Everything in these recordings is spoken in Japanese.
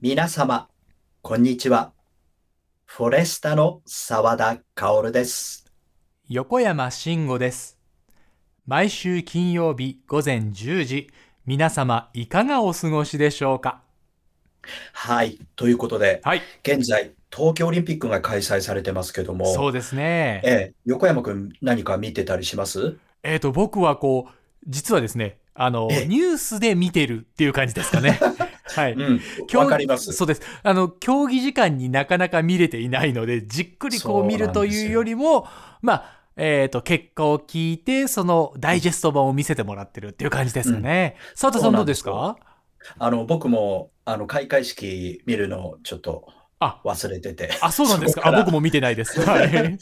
皆様、こんにちは。フォレスタの沢田薫です。横山慎吾です。毎週金曜日午前10時、皆様いかがお過ごしでしょうかはい。ということで、はい、現在、東京オリンピックが開催されてますけども、そうですね。ええ、横山くん何か見てたりしますえっ、と、僕はこう、実はですね、あの、ええニュースで見てるっていう感じですか ね。はうい。ん、競技わかります。そうです。あの、競技時間になかなか見れていないので、じっくりこそううなん見るとですいようよりも、まあ、えっ、と、結果を聞いて、その、ダイジェスト版を見せてもらってるっていう感じですかね。佐藤さんどうですそうなかあの、僕も、あの、開会式見るのをちょっとあ忘れてて、あ、そうなんですそか。こからあ僕も見てないです。はい。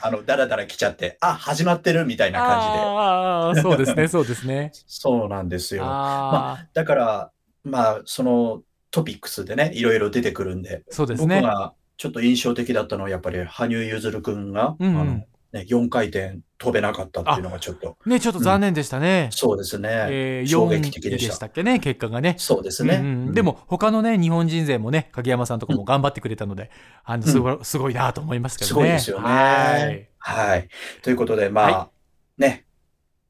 あの、だらだら来ちゃって、あ、始まってるみたいな感じで。ああ、そうですね、そうで すね。そうなんですよ。ああ、だから、まあ、そのトピックスでね、いろいろ出てくるんで、そうです僕ね。がちょっと印象的だったのは、やっぱり羽生結弦君が、うんうんあのね、4回転飛べなかったっていうのがちょっと、ね、ちょっと残念でしたね。そうですね。えー、衝4撃位的ででしたしたっけね、結果がね。そうですね。うんうんうんで、も、他のね、日本人勢もね、影山さんとかも頑張ってくれたので、あの、すごい、すごいなと思いますけどね。すごいですよねはい。はい。ということで、まあ、はね、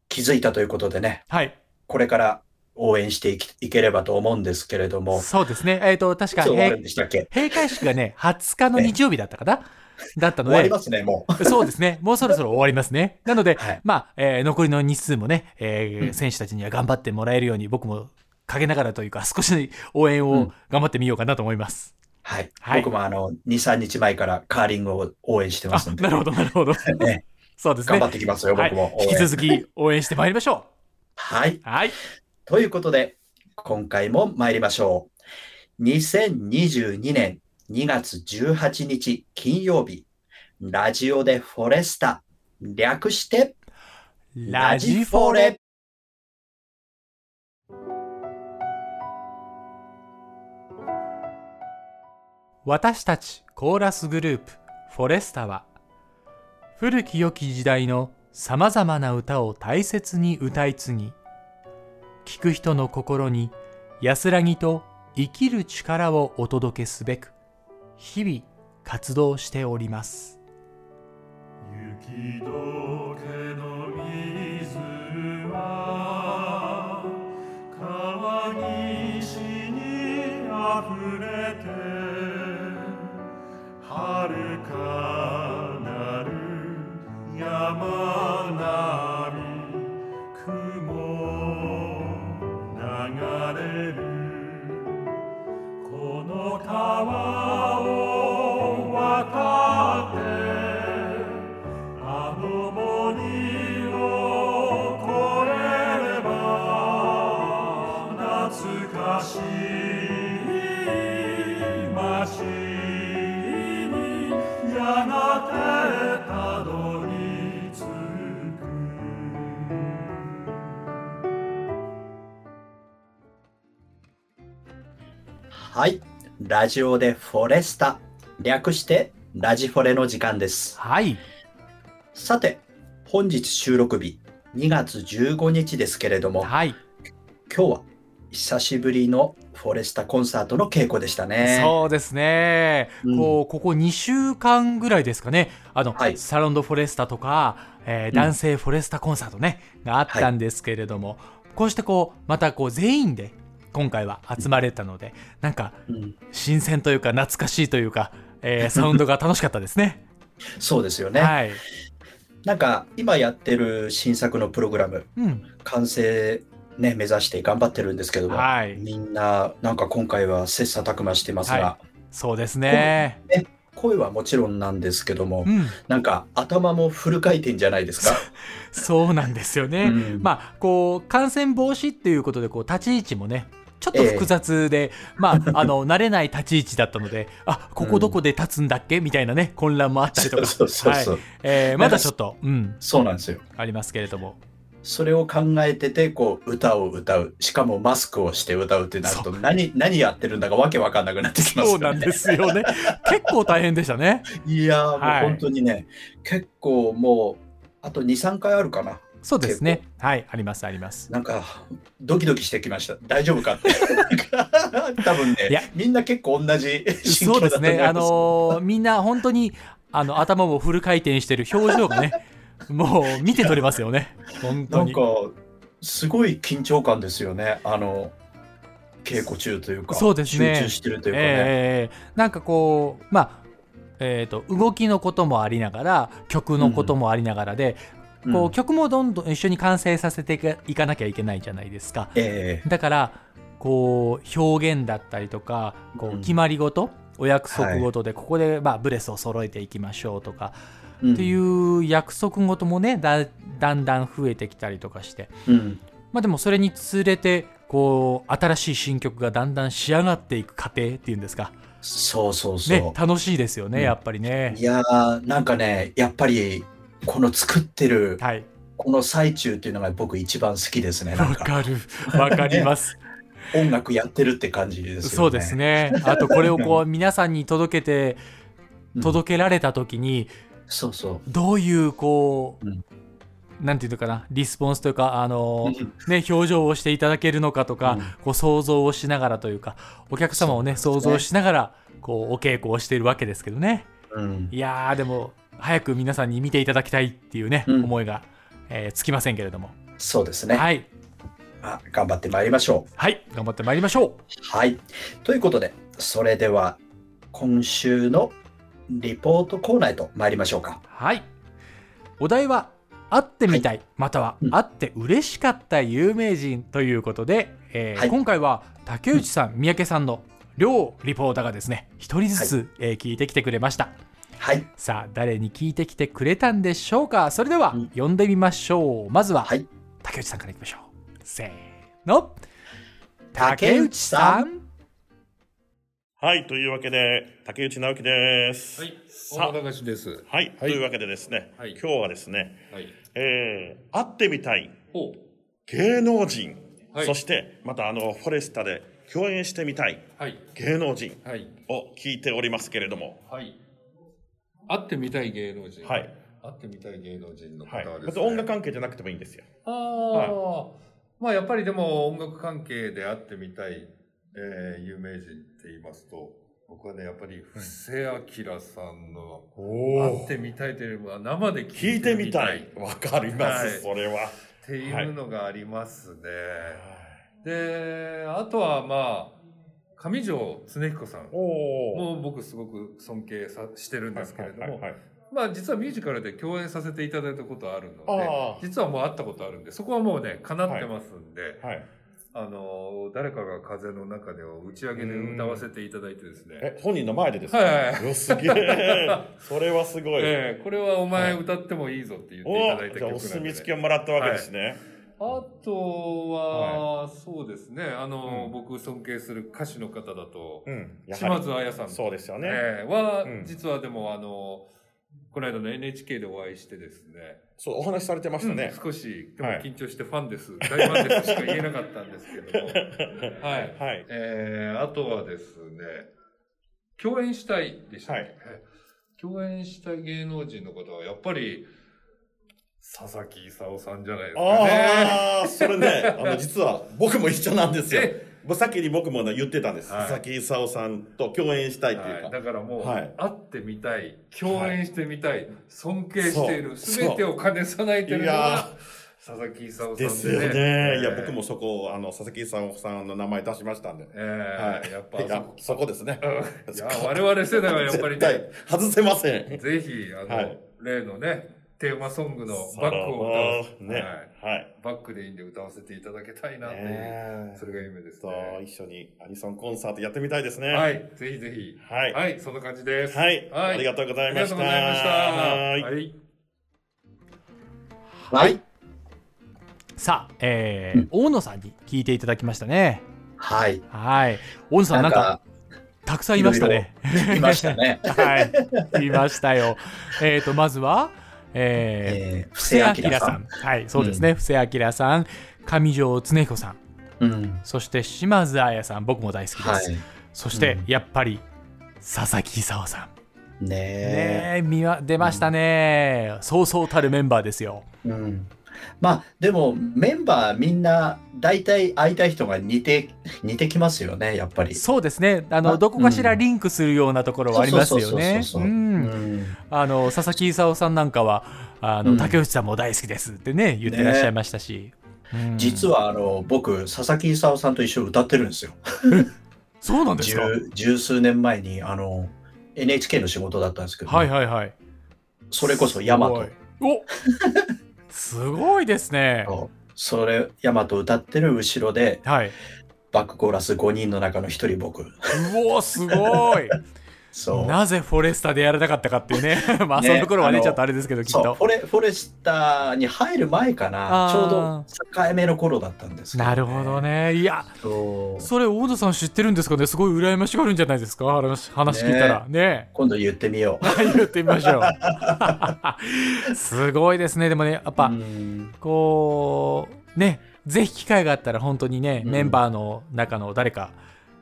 気づいたということでね、はい。これから応援していきいければと思うんですけれども、そうですね。えっ、と、確いつか、終わる閉んでしたっけ閉会式がね、20日の日曜日だったかなだったの終わりで、ますね、もそうですね。もうそろそろ終わりますね。なのでう。、はい。まあ、えー残りの日数もね、えーうん選手たちには頑張ってもらえるように、僕も陰ながらというか、少し応援うをん頑張ってみようかなと思います。はい。はい僕もあの、2、3日前からカーリングを応援してますあんで、なるほど、なるほど。 ねそうです頑ね張。ってきますよ、はい僕も応引き援。続き応援してまいりましょはい。う。はい。ということで、今回も参りましょう。2022年2月18日金曜日、ラジオでフォレスタ、略してラジフォレ。。私たちコーラスグループフォレスタは古き良き時代のさまざまな歌を大切に歌い継ぎ聴く人の心に安らぎと生きる力をお届けすべく日々活動しております雪解けの水は川岸にあふれて遥かなる山並み雲流れるこの川を渡ってあの森を越えれば懐かしい街にやがてたどり着くはい。ラジオでフォレスタ、略してラジフォレの時間です。はいさて、本日収録日、2月15日ですけれども、はい、今日は久しぶりのフォレスタコンサートの稽古でしたね。そうですね、うんこうここ2週間ぐらいですかねあの、はいサロンドフォレスタとか、えーん男性フォレスタコンサートね、があったんですけれども、こうしてこうまたこう全員で今回は集まれたので、なんかうん新鮮というか懐かしいというか、 えーサウンドが楽しかったですねそうですよね。はい、なんか今やってる新作のプログラムうん、完成ね目指して頑張ってるんですけども、はいみんななんか今回は切磋琢磨してますが、はそうですね、声はもちろんなんですけども、うん、なんか頭もフル回転じゃないですか。そうなんですよね、うんまあこう感染防止っていうことでこう立ち位置もねちょっと複雑で、まああの慣れない立ち位置だったの であここどこで立つんだっけみたいなね混乱もあったりとかそうそうそうそう、はいえーまだちょっと、うん、そうなんですよ。ありますけれどもそれを考えててこう歌を歌うしかもマスクをして歌うってなると何何やってるんだかわけわかんなくなってきますよそうね。なんですよね結構大変でしたねいやーもうはい本当にね、結構もうあと23回あるかなそうですね。はい、あります、あります。なんか、ドキドキしてきました。大丈夫かって。 多分いやね、みんな結構同じ心そ境うでだとす思いね、あます。のーみんな本当にあの頭もフル回転してる表情がね、もう見て取れますよね、本な当んにか。、すごい緊張感ですよね。あの、稽古中というか、そうですね集中してるというかね。ええなんかこう、まあ、えー、と動きのこともありながら曲のこともありながらで、うんこう曲もどんどん一緒に完成させていかいかなきゃいけないじゃないですかええだからこう表現だったりとかこううん決まり事、お約束事でここで、まあ、ブレスを揃えていきましょうとか、うんっていう約束事もねだだんだん増えてきたりとかしてうんまあでもそれにつれてこう新しい新曲がだんだん仕上がっていく過程っていうんですかそうそうそう。ね楽しいですよね、うんやっぱりねいやー、なんかね、やっぱり、この作ってる、はいこの最中っていうのが僕一番好きですね。なわんか、かるわかります、音楽やってるって感じですよね。 そうですねあとこれをこう皆さんに届けてうん届けられた時にそうそう。どういうこう、うんなんていうのかなリスポンスというかあのうね、表情をしていただけるのかとか、うんこう想像をしながらというかお客様をねそう想ですね像しながらこうお稽古をしているわけですけどねうんいやーでも早く皆さんに見ていただきたいっていうね、うん思いが、えーつきませんけれども、そうですね、はいまあ頑張ってまいりましょう。はい頑張ってまいりましょはい。ということで、それでは今週のリポートコーナーへと参りましょうかう。はいお題は「会ってみたい」またはう「ん会って嬉しかった有名人」ということで、えーはい今回は竹内さん、三宅さんの両リポーターがですね一人ずつ、えー聞いてきてくれました。はい。さあ誰に聞いてきてくれたんでしょうかそれではうん呼んでみましょうまずははい竹内さんからいきましょうせーの竹内さんはい、というわけで、竹内直樹です。はい、さ大あ、野隆です。はい、とはいいうわけでですね、はい今日はですね、はい。えー、会ってみたいほう。芸能人、はいそして、またあの、フォレスタで共演してみたいはい。芸能人はい。を聞いておりますけれども、はい。会ってみたい芸能人。はい。会ってみたい芸能人の方はいは。です別ね。に音楽関係じゃなくてもいいんですよ。ああ、まあやっぱりでも音楽関係で会ってみたい、えー有名人って言いますと、僕はね、やっぱり布施明さんの会ってみたいというよりも生で聞聞いいててみみたたいい。。わかります、そはいれは。っていうのがありますね。で、あとはまあ、上条恒彦さん。おー。もう僕すごく尊敬さしてるんですけれども、はいはいはいまあ実はミュージカルで共演させていただいたことあるのああで、実はもう会ったことあるんで、そこはもうね、叶ってますんで、はい。はいあのー、誰かが風の中でを打ち上げで歌わせていただいてですね、え、本人の前でですかはいはうわすげ え。それはすごい。ええこれはお前は歌ってもいいぞって言っていただいおたじゃあお曲なん墨で、付きをもらったわけですね。あとは、そうですね、あのー、僕尊敬する歌手の方だと、うん。やは島り。津彩さんとそうですよね。ええは、うん実はでもあのこの間の NHK でお会いしてですねそう、お話しされてましたね。うん少しでもはい緊張してファンです、大ファンですしか言えなかったんですけども はい、はい。えー、あとはですね共演したいでしたっけ、はい共演したい芸能人の方はやっぱり佐々木功さんじゃないですかねああ、それね、あの、実は僕も一緒なんですよ。えもう先に僕もね言ってたんです。はい佐々木功さんと共演したいっていうはい、か。だからもう、はい会ってみたい共演してみたい、尊敬しているそう全てを兼ね備えているのいやが佐々木功さんですよえね。えいや、僕もそこ、あの、佐々木功さんの名前出しましたんで。えはえい。やっいやぱ、そこですね。うんいや我々世代はやっぱり絶ね対、外せません。ぜひあの、はい例のねテーマソングのバックを歌わせそ、うね。はいはい。バックでいいんで歌わせていただきたいなという、ねえそれが夢ですそう、ね一緒にアニソンコンサートやってみたいですね。はいぜひぜひはい。はい、そんな感じですはい。はいありがとうござあいりまがしとた。うございましたはいはいはい。さあ、えーうん大野さんに聞いていただきましたねはい。はい大野さんなんか、たくさんいましたね。いましたねはいいましたよえっ、とまずは ええーー、布布施施明明ささん。はい、そうですね。布施明さん、上条恒彦さん、ん。うん。そして島津彩さん、僕も大好きではす。い。そして、うんやっぱり、佐々木功さねえ。ん。ねえ、見は出ましたね。そうそうたるメンバーですよ。うん。まあでもメンバーみんな大体会いたい人が似て似てきますよねやっぱり。そうですねあのあどこかしらうんリンクするようなところはありますよねそうそうそうそううそうんあの佐々木功さんなんかはあの、うん竹内さんも大好きですってね言ってらっしゃいましたし、うん実はあの僕佐々木功さんと一緒に歌ってるんですよ。そうなんです十か十数年前にあの NHK の仕事だったんですけど、はいはいはいそれこそヤマすごトいお すごいですねそうそれヤマト歌ってる後ろではいバックコーラス5人の中の一人僕。うおすごい そうなぜフォレスターでやらなかったかっていうね まあねその頃はねあのちょっとあれですけどきっそうとフォレフォレスターに入る前かなあーちょうど境目の頃だったんですけどね、なるほどねいやそうそれ大野さん知ってるんですかねすごい羨ましがるんじゃないですか話話聞いたらね今度言ってみよう。 言ってみましょう すごいですねでもねやっぱ、うんこうねぜひ機会があったら本当にね、うんメンバーの中の誰か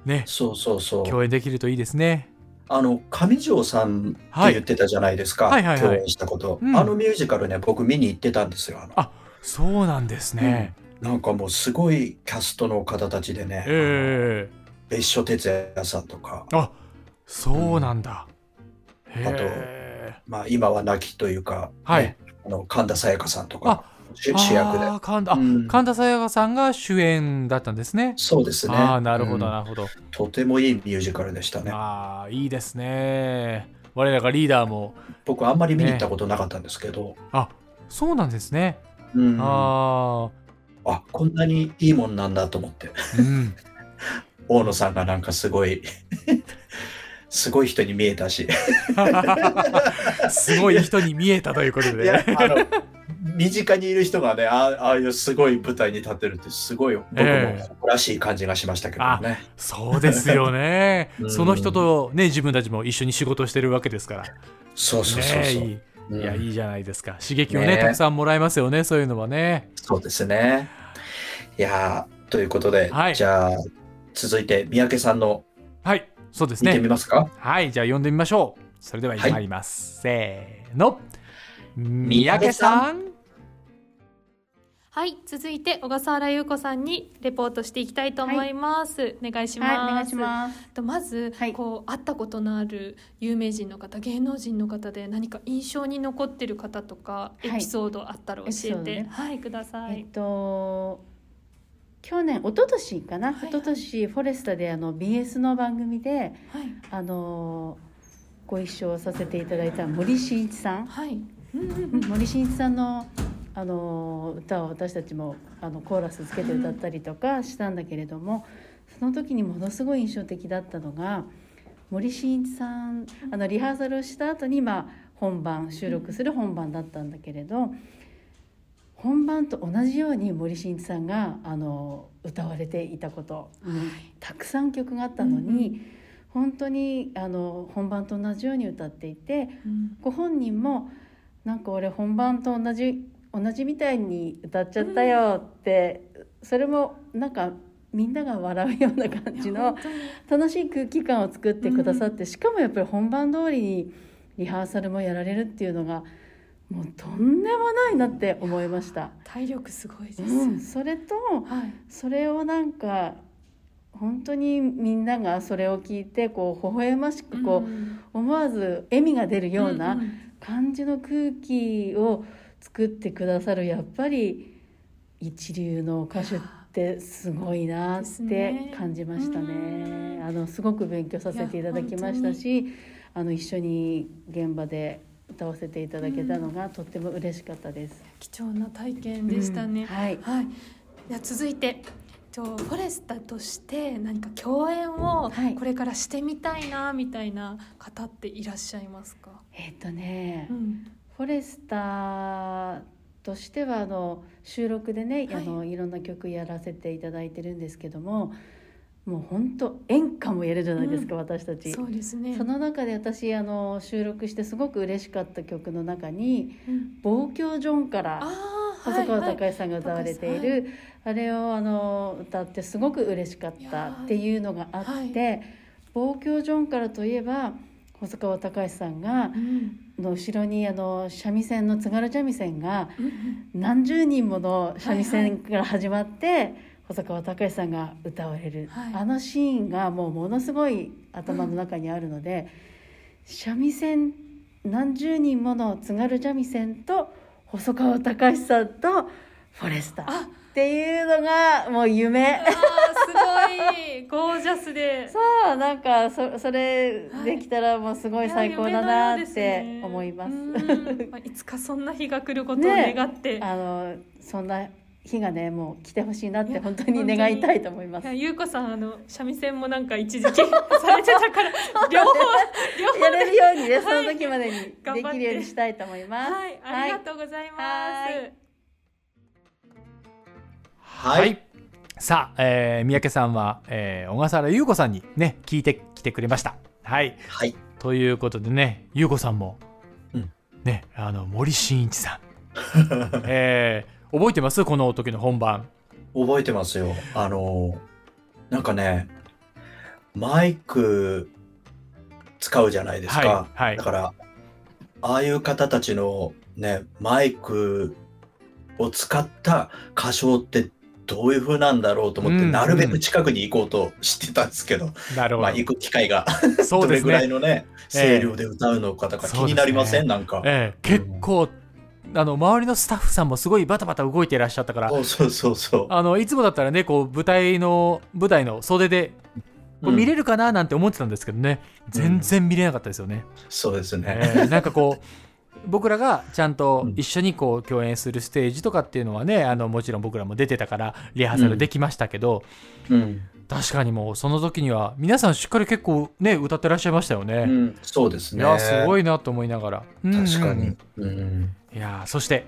ねそうそうそう。共演できるといいですねあの上条さんってはい言ってたじゃないですか、はいはいはい共演したこと、うんあのミュージカルね僕見に行ってたんですよあのあそうなんですね、なんかもうすごいキャストの方たちでね、ええ別所哲也さんとか、あそうなんだ、へえまあ、今は亡きというか、はいねあの神田沙也加さんとか主主役であ。ー神田あうん神田沙也加さんが主演だったんですねそうですね。ああなるほどうんなるほど、とてもいいミュージカルでしたね。ああいいですね我らがリーダーも僕あんまり見に行ったことなかったんですけど、あそうなんですね、うんああこんなにいいもんなんだと思ってあ うん大野さんがなんかすごい すごい人に見えたしすごい人に見えたということいやで。あの身近にいる人がねあああいうすごい舞台に立ってるってすごい僕もええ誇らしい感じがしましたけどね。そうですよねう。んその人とね、自分たちも一緒に仕事してるわけですから。そうそうそうねそう。いい。うんいや、いいじゃないですか。刺激をね、ねたくさんもらえますよね、そういうのはね。そうですね。いやーということで、はいじゃあ続いて三宅さんのはい、そうです見てみね。ますか、はい、じゃあ読んでみましょう。それでははい参ります。せーの。三宅宅ささん。はい、続いて小笠原優子さんにレポートしていきたいと思います。お願いします。はい、お願いします。とまず、はいこう会ったことのある有名人の方、芸能人の方で何か印象に残ってる方とか、はいエピソードあったら教エピソえードて、ねはい、くださえいっ。と去年一昨年かはな、い一昨年フォレスタであの BS の番組ではい、あのご一緒させていただいた森進一さん、はい、うんうんうん森進一さんのあの歌を私たちもあのコーラスつけて歌ったりとかしたんだけれども、その時にものすごい印象的だったのが森進一さんあのリハーサルをした後にまあ本番収録する本番だったんだけれど本番と同じように森進一さんがあの歌われていたこと、たくさん曲があったのに、本当にあの本番と同じように歌っていて。うんご本人もなんか俺本番と同じ同じみたいに歌っちゃったよって、それもなんかみんなが笑うような感じの本当に楽しい空気感を作ってくださって、しかもやっぱり本番通りにリハーサルもやられるっていうのがもうとんでもないなって思いました。体力すごいです。うん、それとはい、それをなんか本当にみんながそれを聞いてこう微笑ましくこうう、ん思わず笑みが出るような、んん感じの空気を作ってくださるやっぱり一流の歌手ってすごいなっですねて感じましたね。うんあのすごく勉強させていただきましたし、あの一緒に現場で歌わせていただけたのがとっても嬉しかったです。貴重な体験でしたね。うんはい。はい。じゃあ続いて、とフォレスタとして何か共演をはいこれからしてみたいなみたいな方っていらっしゃいますか。えっとね、うん。フォレスターとしてはあの収録でね、はいあのいろんな曲やらせていただいてるんですけどももう本当演歌もやるじゃないですか、私たち。そうですね。その中で私あの収録してすごく嬉しかった曲の中にうん「望郷ジョン」からああ、細川はいはい隆さんが歌われていはるあれをあの歌ってすごく嬉しかったっていうのがあっいやて「望郷ジョン」からといえば細川隆さんがうんの後ろにあの三味線の津軽三味線が何十人もの三味線から始まって、細川たかしさんが歌われる、はいあのシーンがもうものすごい頭の中にあるので、三味線何十人もの津軽三味線と細川たかしさんとフォレスタあっていうのがもう夢。あーすごいゴージャスでそうなんかそそれできたらもうすごい最高だなって思います。や夢のようですね うんまあいつかそんな日が来ることを願って、あのそんな日がねもう来てほしいなって本当に願いたいと思います。いや優子さんあの三味線もなんか一時期 されてたから両方両や方れるよう にね、その時までに頑張でってきるようにしたいと思います。はいありがとうございます、はいはい。さあ、えー三宅さんは、えー小笠原優子さんにね聞いてきてくれましたはいはい。ということでね優子さんも、うんねあの森進 一さん、えー覚えてますこの時の本番覚えてますよ。あの、なんかね、マイク使うじゃないですか。はいはいだから、ああいう方たちのね、マイクを使った歌唱ってどういう風なんだろうと思って、うんなるべく近くに行こうとしてたんですけど、なるほまど、あ行く機会が そどうでれすぐらいね、のね、ええ声量で歌うのかとか気そうですねになりません、なんか。えー結構あの周りのスタッフさんもすごいバタバタ動いていらっしゃったからそうそうそうそう。あのいつもだったらねこう舞台の舞台の袖でこううん見れるかななんて思ってたんですけどね、全然見れなかったですよね、そうですね。えーなんかこう 僕らがちゃんとうん一緒にこう共演するステージとかっていうのはねあのもちろん僕らも出てたからリハーサルできましたけど、うん。確かにもうその時には皆さんしっかり結構ね歌ってらっしゃいましたようね、ん、そうですね。いやすごい。いなと思いながら確かうんうんに。うん。うんいやそして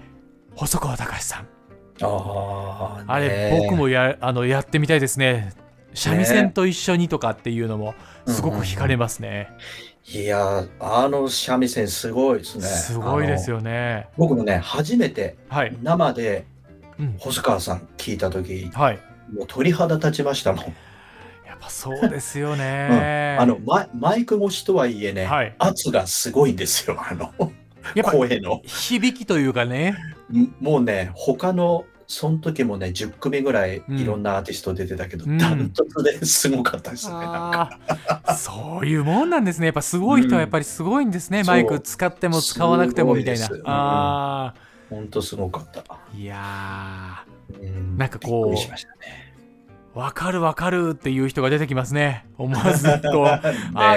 細川たかしさんああ、あれ、ね僕もやあのやってみたいですね三味線と一緒にとかっていうのもすごく惹かれますね、いやーあの三味線すごいですねすごいですよよね僕もね初めてはい、生でうん、細川さん聞いた時はいもう鳥肌立ちましたもん、。やっぱそうですよね あのマイマイク越しとはいえね、はい圧がすごいんですよあのやっぱ声の響きというかね。もうね他のその時もね10組ぐらいうんいろんなアーティスト出てたけど、うんダントツですごかったですね、なんかあーそういうもんなんですね。やっぱすごい人はやっぱりすごいんですね。うんマイク使っても使わなくてもみたいな。すごいですあほんとすごかった、あいやうんなんかこうびっくりしましたねーわかるわかるっていう人が出てきますね。思わずこうあ あ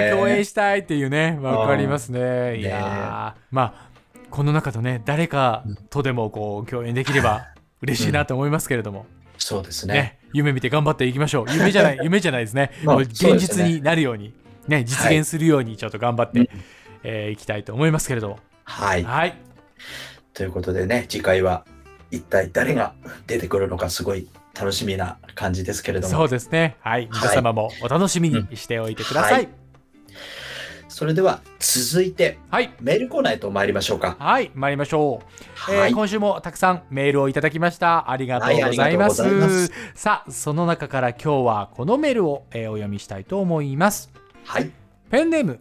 ねえ共演したいっていうねわかりますね。えいやーまあこの中とね誰かとでもこう共演でき れば嬉しいなと思いますけれども。そうですねね、夢見て頑張っていきましょう。夢じゃ ない、夢じゃないですね。まあもうそう現です実ねになるように、ね、実現するように、ちょっと頑張って、いえーいきたいと思いますけれども。はいはい。ということでね次回は一体誰が出てくるのかすごい楽しみな感じですけれどもそうですね。はい。皆様もお楽しみにしておいてください。それでは続いてはい。メールコーナーへと参りましょうかはい。参りましょう。えーはい、今週もたくさんメールをいただきました。ありがとうございます。はいありがとうございさあ、その中から今日はこのメールを、えーお読みしたいと思います。はいペンネーム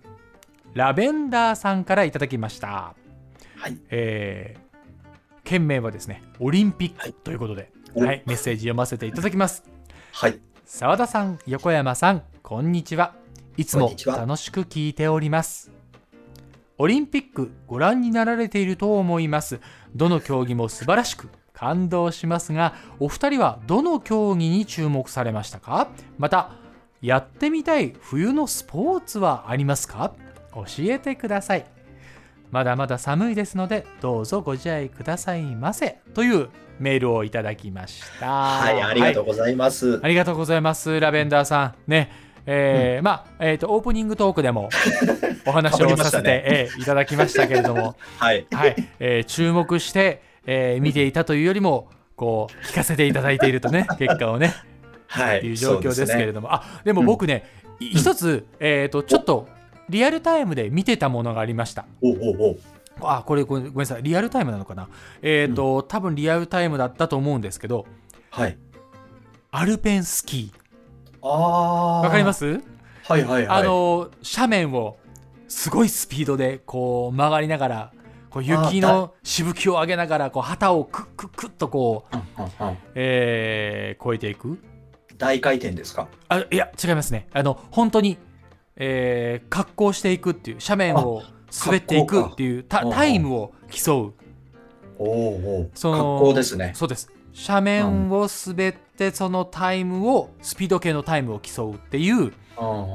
ラベンダーさんからいただきました。はいえー件名はですねオリンピックということで、おはい、メッセージ読ませていただきます。はい澤田さん、横山さん、こんにちは。いつこんもにちは楽しく聞いております。オリンピックご覧になられていると思います。どの競技も素晴らしく感動しますが、お二人はどの競技に注目されましたかまた、やってみたい冬のスポーツはありますか教えてください。まだまだ寒いですので、どうぞご自愛くださいませ。というメールをいただきました。はいありがとうございます、ありがとうございます、ラベンダーさん。ね、えーまあ、えっ、と、オープニングトーク でもお話をさせて、被りましたねえーいただきましたけれ ども、はいはい、えー注目して、えー見ていたというよりも、こう、聞かせていただいていると ね、結果をね、はいっていう状況ですけれどども、あ、でも僕ね、い一つ、えっ、と、ちょっと、リアルタイムで見てたものがありました。おうおうあ、これごめんごめんなさい、リアルタイムなのかな。えっ、と、多分リアルタイムだったと思うんですけど、おはいアルペンスキー。ああわかりますすはいはいはいあの斜面をすごいスピードでこう曲がりながらこう雪あーのしぶきを上げながらこう旗をクックックッとこう、えー、越えていく大回転ですかあいや違いますねあの本当に、えー、格好していくっていう斜面を滑っていくっていうたうんうんタイムを競うおおおその格好ですね。そうです斜面を滑ってそのタイムをスピード系のタイムを競うっていう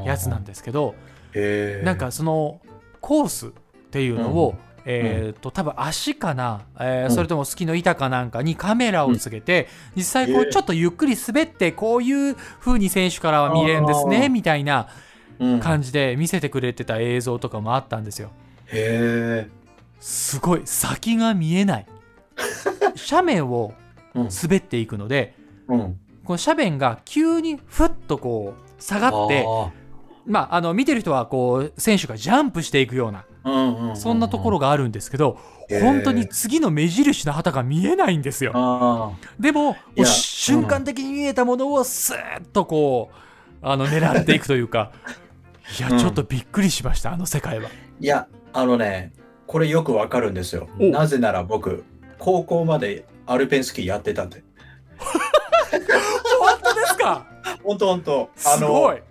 やつなんだ。ですけどへーなんかそのコースっていうのを、えーと多分足かな、えーうんそれともスキの板かなんかにカメラをつけて、実際こへうーちょっとゆっくり滑ってこういう風に選手からは見れるんですあねーみたいなうん感じで見せてくれてた映像とかもあったんですよへえ。すごい先が見えない 斜面をうん滑っていくのでうん。この斜面が急にふっとこう下がってあまああの見てる人はこう選手がジャンプしていくようなーうんうんうんうんそんなところがあるんですけど、へー本当に次の目印の旗が見えないんですよ。あでも、いや瞬間的に見えたものをスーッとこう、あの、狙っていくとい うか、いや、うんちょっとびっくりしました、あの世界は。ーいやあのねこれよくわかるんですよ。おなぜなら僕高校までアルペンスキーやってたんで。本当ですか本当本当。あすごのい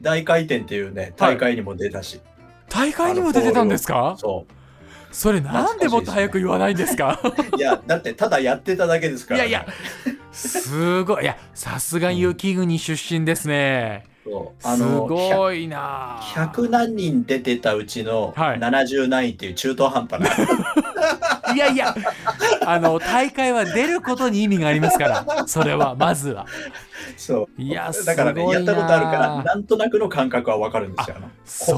大回転っていうね大会にも出たし。大会にも出てたんですかそそれなんでもっと早く言わないんですかう。いやだってただやってただけですいからやね。いや、すごい。いや、さすが雪国出身ですね。そう。あすのごいな100何人出てたうちのはい70何位っていう中途半端な、いやいや、あの、大会は出ることに意味がありますから、それは、まずは。 そういや、すごだいかならねやったことあるからなんとなくの感覚はわかるんですよね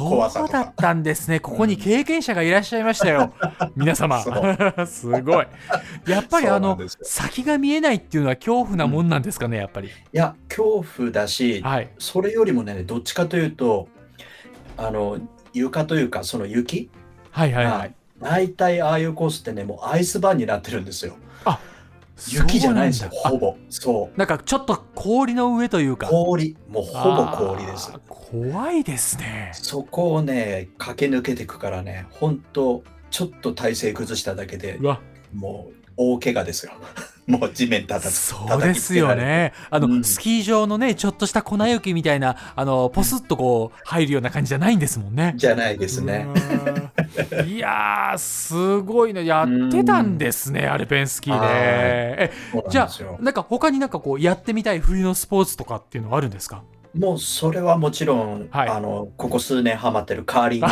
こ怖さそうとだかったんですね。ここに経験者がいらっしゃいましたよ。皆様そ。 すごい。やっぱりそうなあんのです、よ先が見えないっていうのは恐怖なもんなんですかね、やっぱり。いや恐怖だしはい。それよりもねどっちかというとあの床というかその雪はいはいははいい。大体ああいうコースってねもうアイスバーンになってるんですよそう雪じゃないんですよだほぼそうあなんかちょっと氷の上というか。氷もうほぼ氷ですあー怖いですね。そこをね駆け抜けていくからね本当ちょっと体勢崩しただけでうわ、もう大怪我ですよ。 もう地面叩きそうですよ。ね。あの、うんスキー場のね、ちょっとした粉雪みたいな、あの、ポスッとこう、入るような感じじゃないんですもんね叩きつけられる。じゃないですね。うわー。いやー、すごいのやってたんですね、アルペンスキーはいで。え、そうじなんゃですよあ、なんか他になんかこう、やってみたい冬のスポーツとかっていうのはあるんですかもうそれはもちろん、はいあのここ数年ハマってるカーリング。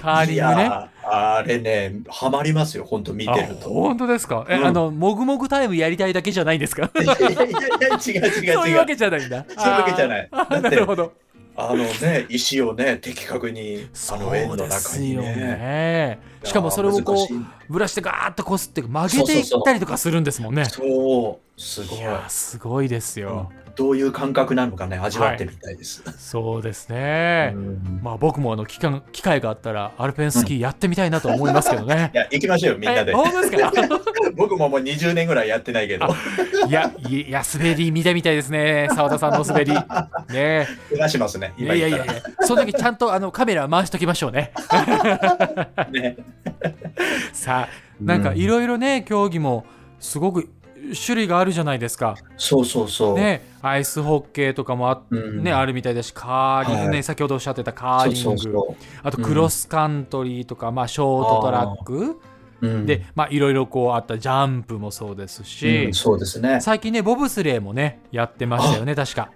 カーリングいね。やーあれねハマりますよ本当見てるあと。本当ですかえ、うんあの、もぐもぐタイムやりたいだけじゃないんですかいやいやいや違う違う違う。そういうわけじゃないんだ。そういうわけじゃないあーだってなるほど。あのね石をね的確にあの円のそうで中すによね。ね。しかもそれをこう、ブラシでガーッとこすって曲げていったりとかするんですもんねう。そうすごいい。やーすごいですよ。どういう感覚なのかね味わってみたいです。そうですねう。んまあ僕もあの機関機会があったらアルペンスキーやってみたいなと思いますけどねい。や行きましょうよ みんなでえ。本当ですか僕ももう20年ぐらいやってないけど、いや、いいや、滑り見てみたいですね。澤田さんの滑り。ねえ怪我しますね、い今やいや言いっやたいや、その時ちゃんとあのカメラ回しときましょうね。ら ね。さあ、なんかいろいろね、競技もすごく種類があるじゃないですか。そうそうそう。ね、アイスホッケーとかもあ,、うんね、あるみたいだしカーリング、ねはい先ほどおっしゃってたカーそうリングそうそあとクロスカントリーとか、まあ、ショートトラックう。うん、でまあいろいろこうあったジャンプもそうですし、うん、そうですね。最近ねボブスレーもねやってましたよね確か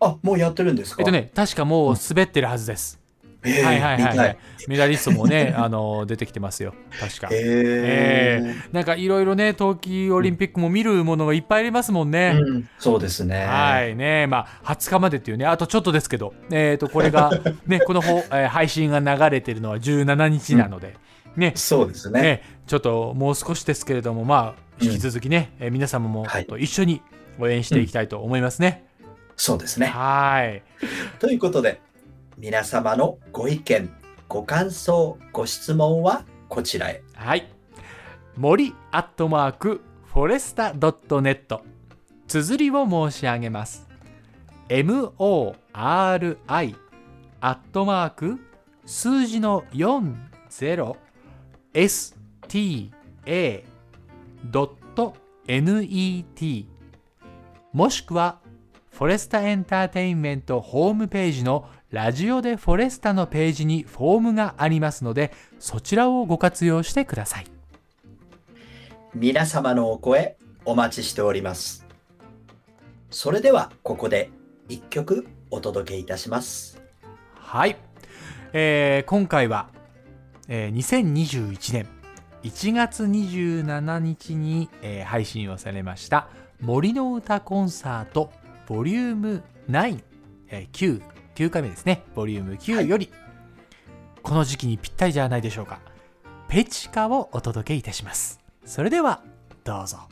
あ、もうやってるんですかえっと、ね確かもう滑ってるはずです、えー、はいはいはい、見たはい。、メダリストもね あの出てきてますよ確か、えなんかいろいろね冬季オリンピックも見るものがいっぱいありますもんね、ーうん、そうですね。はいね、まあ、20日までっていうね、あとちょっとですけど、えー、とこれ が、ね、このほ、えー配信が流れてるのは17日なので、ねそうですね。ね、ちょっともう少しですけれども、まあ、うん引き続きね、えー皆様もはいと一緒に応援していきたいと思いますね。そうですね。はいということで、皆様のご意見、ご感想、ご質問はこちらへ。はい。森アットマークフォレスタドットネット。綴りを申し上げます。M. O. R. I. アットマーク数字の 40sta.net もしくはフォレスタエンターテインメントホームページのラジオでフォレスタのページにフォームがありますのでそちらをご活用してください。皆様のお声お待ちしております。それではここで一曲お届けいたします。はい、えー今回は、えー2021年1月27日に、えー配信をされました「森の歌コンサートボリューム9、えー9 9回目ですねボリューム9より、この時期にぴったりじゃないでしょうか「ペチカ」をお届けいたしますそれではどうぞ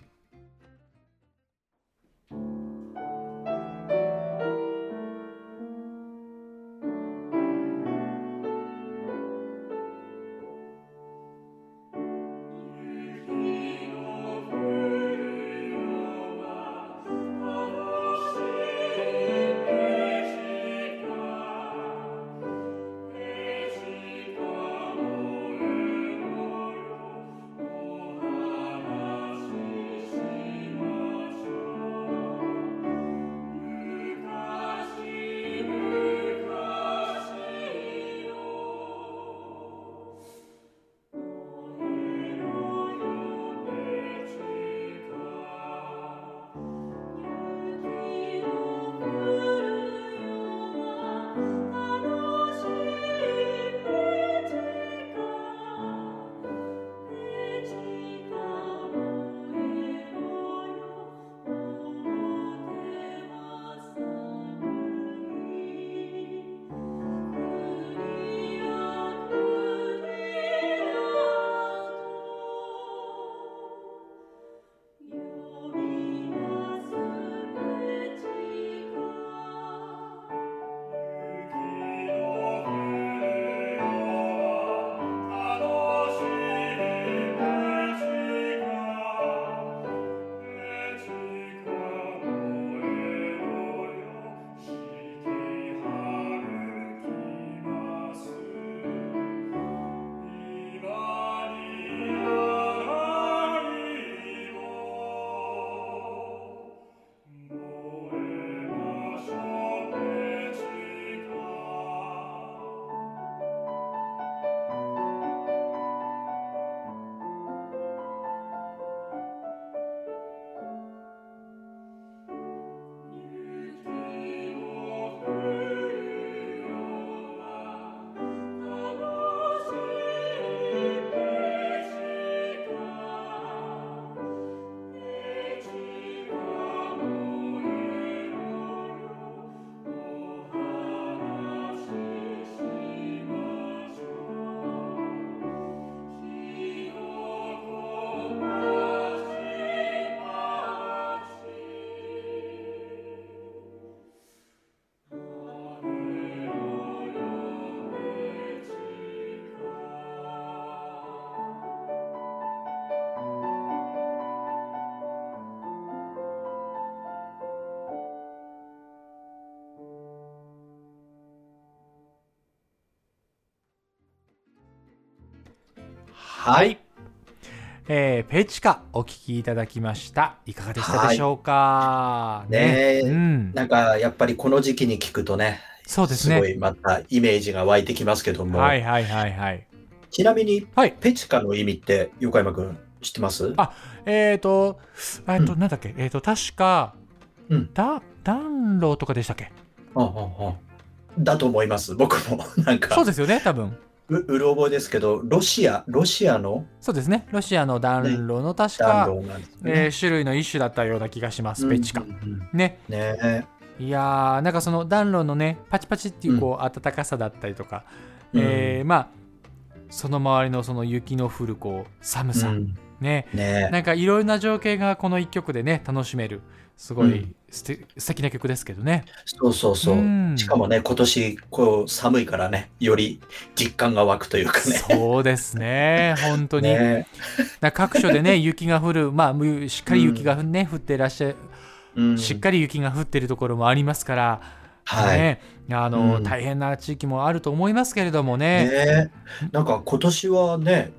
はい、えーペチカお聞きいただきましたいかがでしたでしょうか、いねえうん、なんかやっぱりこの時期に聞くとね、そうですすねごいまたイメージが湧いてきますけども、はいはいはいはいちなみにはいペチカの意味って横山くん知ってますあえーと、えーと、うなんだっけ、えーと、確か、うんだ暖炉とかでしたっけうんうんうんだと思います。僕も なんそうかですよね、多分。ううる覚えですけど、ロシアロシアのそうですね、ロシアの暖炉の確弾か、道なんですえね。ー種類の一種だったような気がします、ペチカうん。うんうんね、ねえいやー、なんかその暖炉のね、パチパチっていうこう、暖かさだったりとか、えーまあ、その周りのその雪の降るこう寒うさ、んね、ねえなんかいろいろな情景がこの一曲でね、楽しめる、すごうい素敵素敵な曲ですけどね。そうそうそううんしかもね今年こう寒いからねより実感が湧くというかねそうですね、本当に。ねな各 所でね、雪が降る、まあ、むしっかり雪がね、降ってらっしゃる、えうんしっかり雪が降ってるところもありますから、はい。ねね、あの、うん大変な地域もあると思いますけれどもねえなんか今年はね、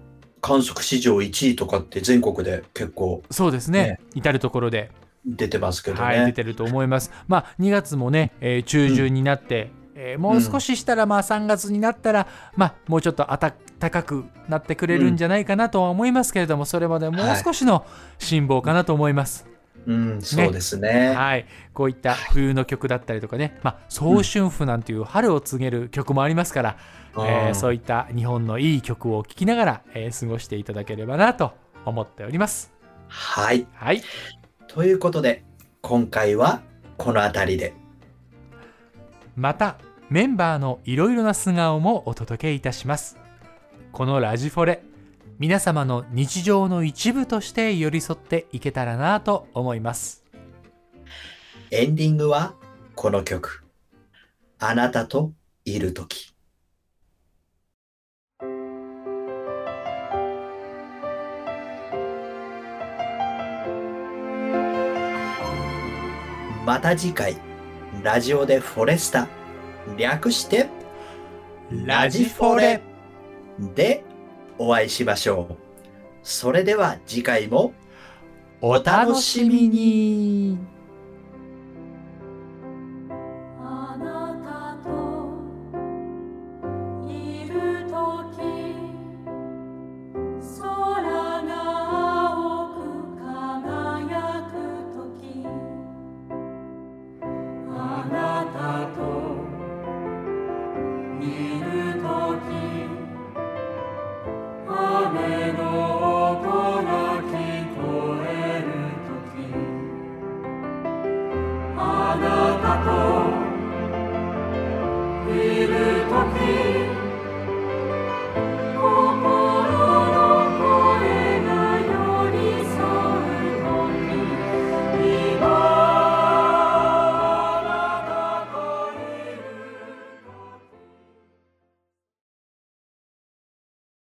観測史上1位とかって全国で結構そうですねね至る所で、出てますけどね。はい、出てると思いますまあ2月もね、えー中旬になって、えーもう少ししたらまあ3月になったら、まあもうちょっと暖かくなってくれるんじゃないかなとは思いますけれども、それまでもう少しの辛抱かなと思います、うん、そうですね。はい、こういった冬の曲だったりとかね、まあ、早春譜なんていう春を告げる曲もありますから、うんえーそういった日本のいい曲を聴きながら、えー過ごしていただければなと思っております。はい。はい、ということで、今回はこの辺りで。またメンバーのいろいろな素顔もお届けいたします。このラジフォレ皆様の日常の一部として寄り添っていけたらなと思います。エンディングはこの曲。あなたといるとき。また次回、ラジオでフォレスタ、略して、ラジフォレでお会いしましょう。それでは次回もお楽しみにあなたといるとき空が青く輝くときあなたといるとき雨の音が聞こえるとき「あなたといるとき」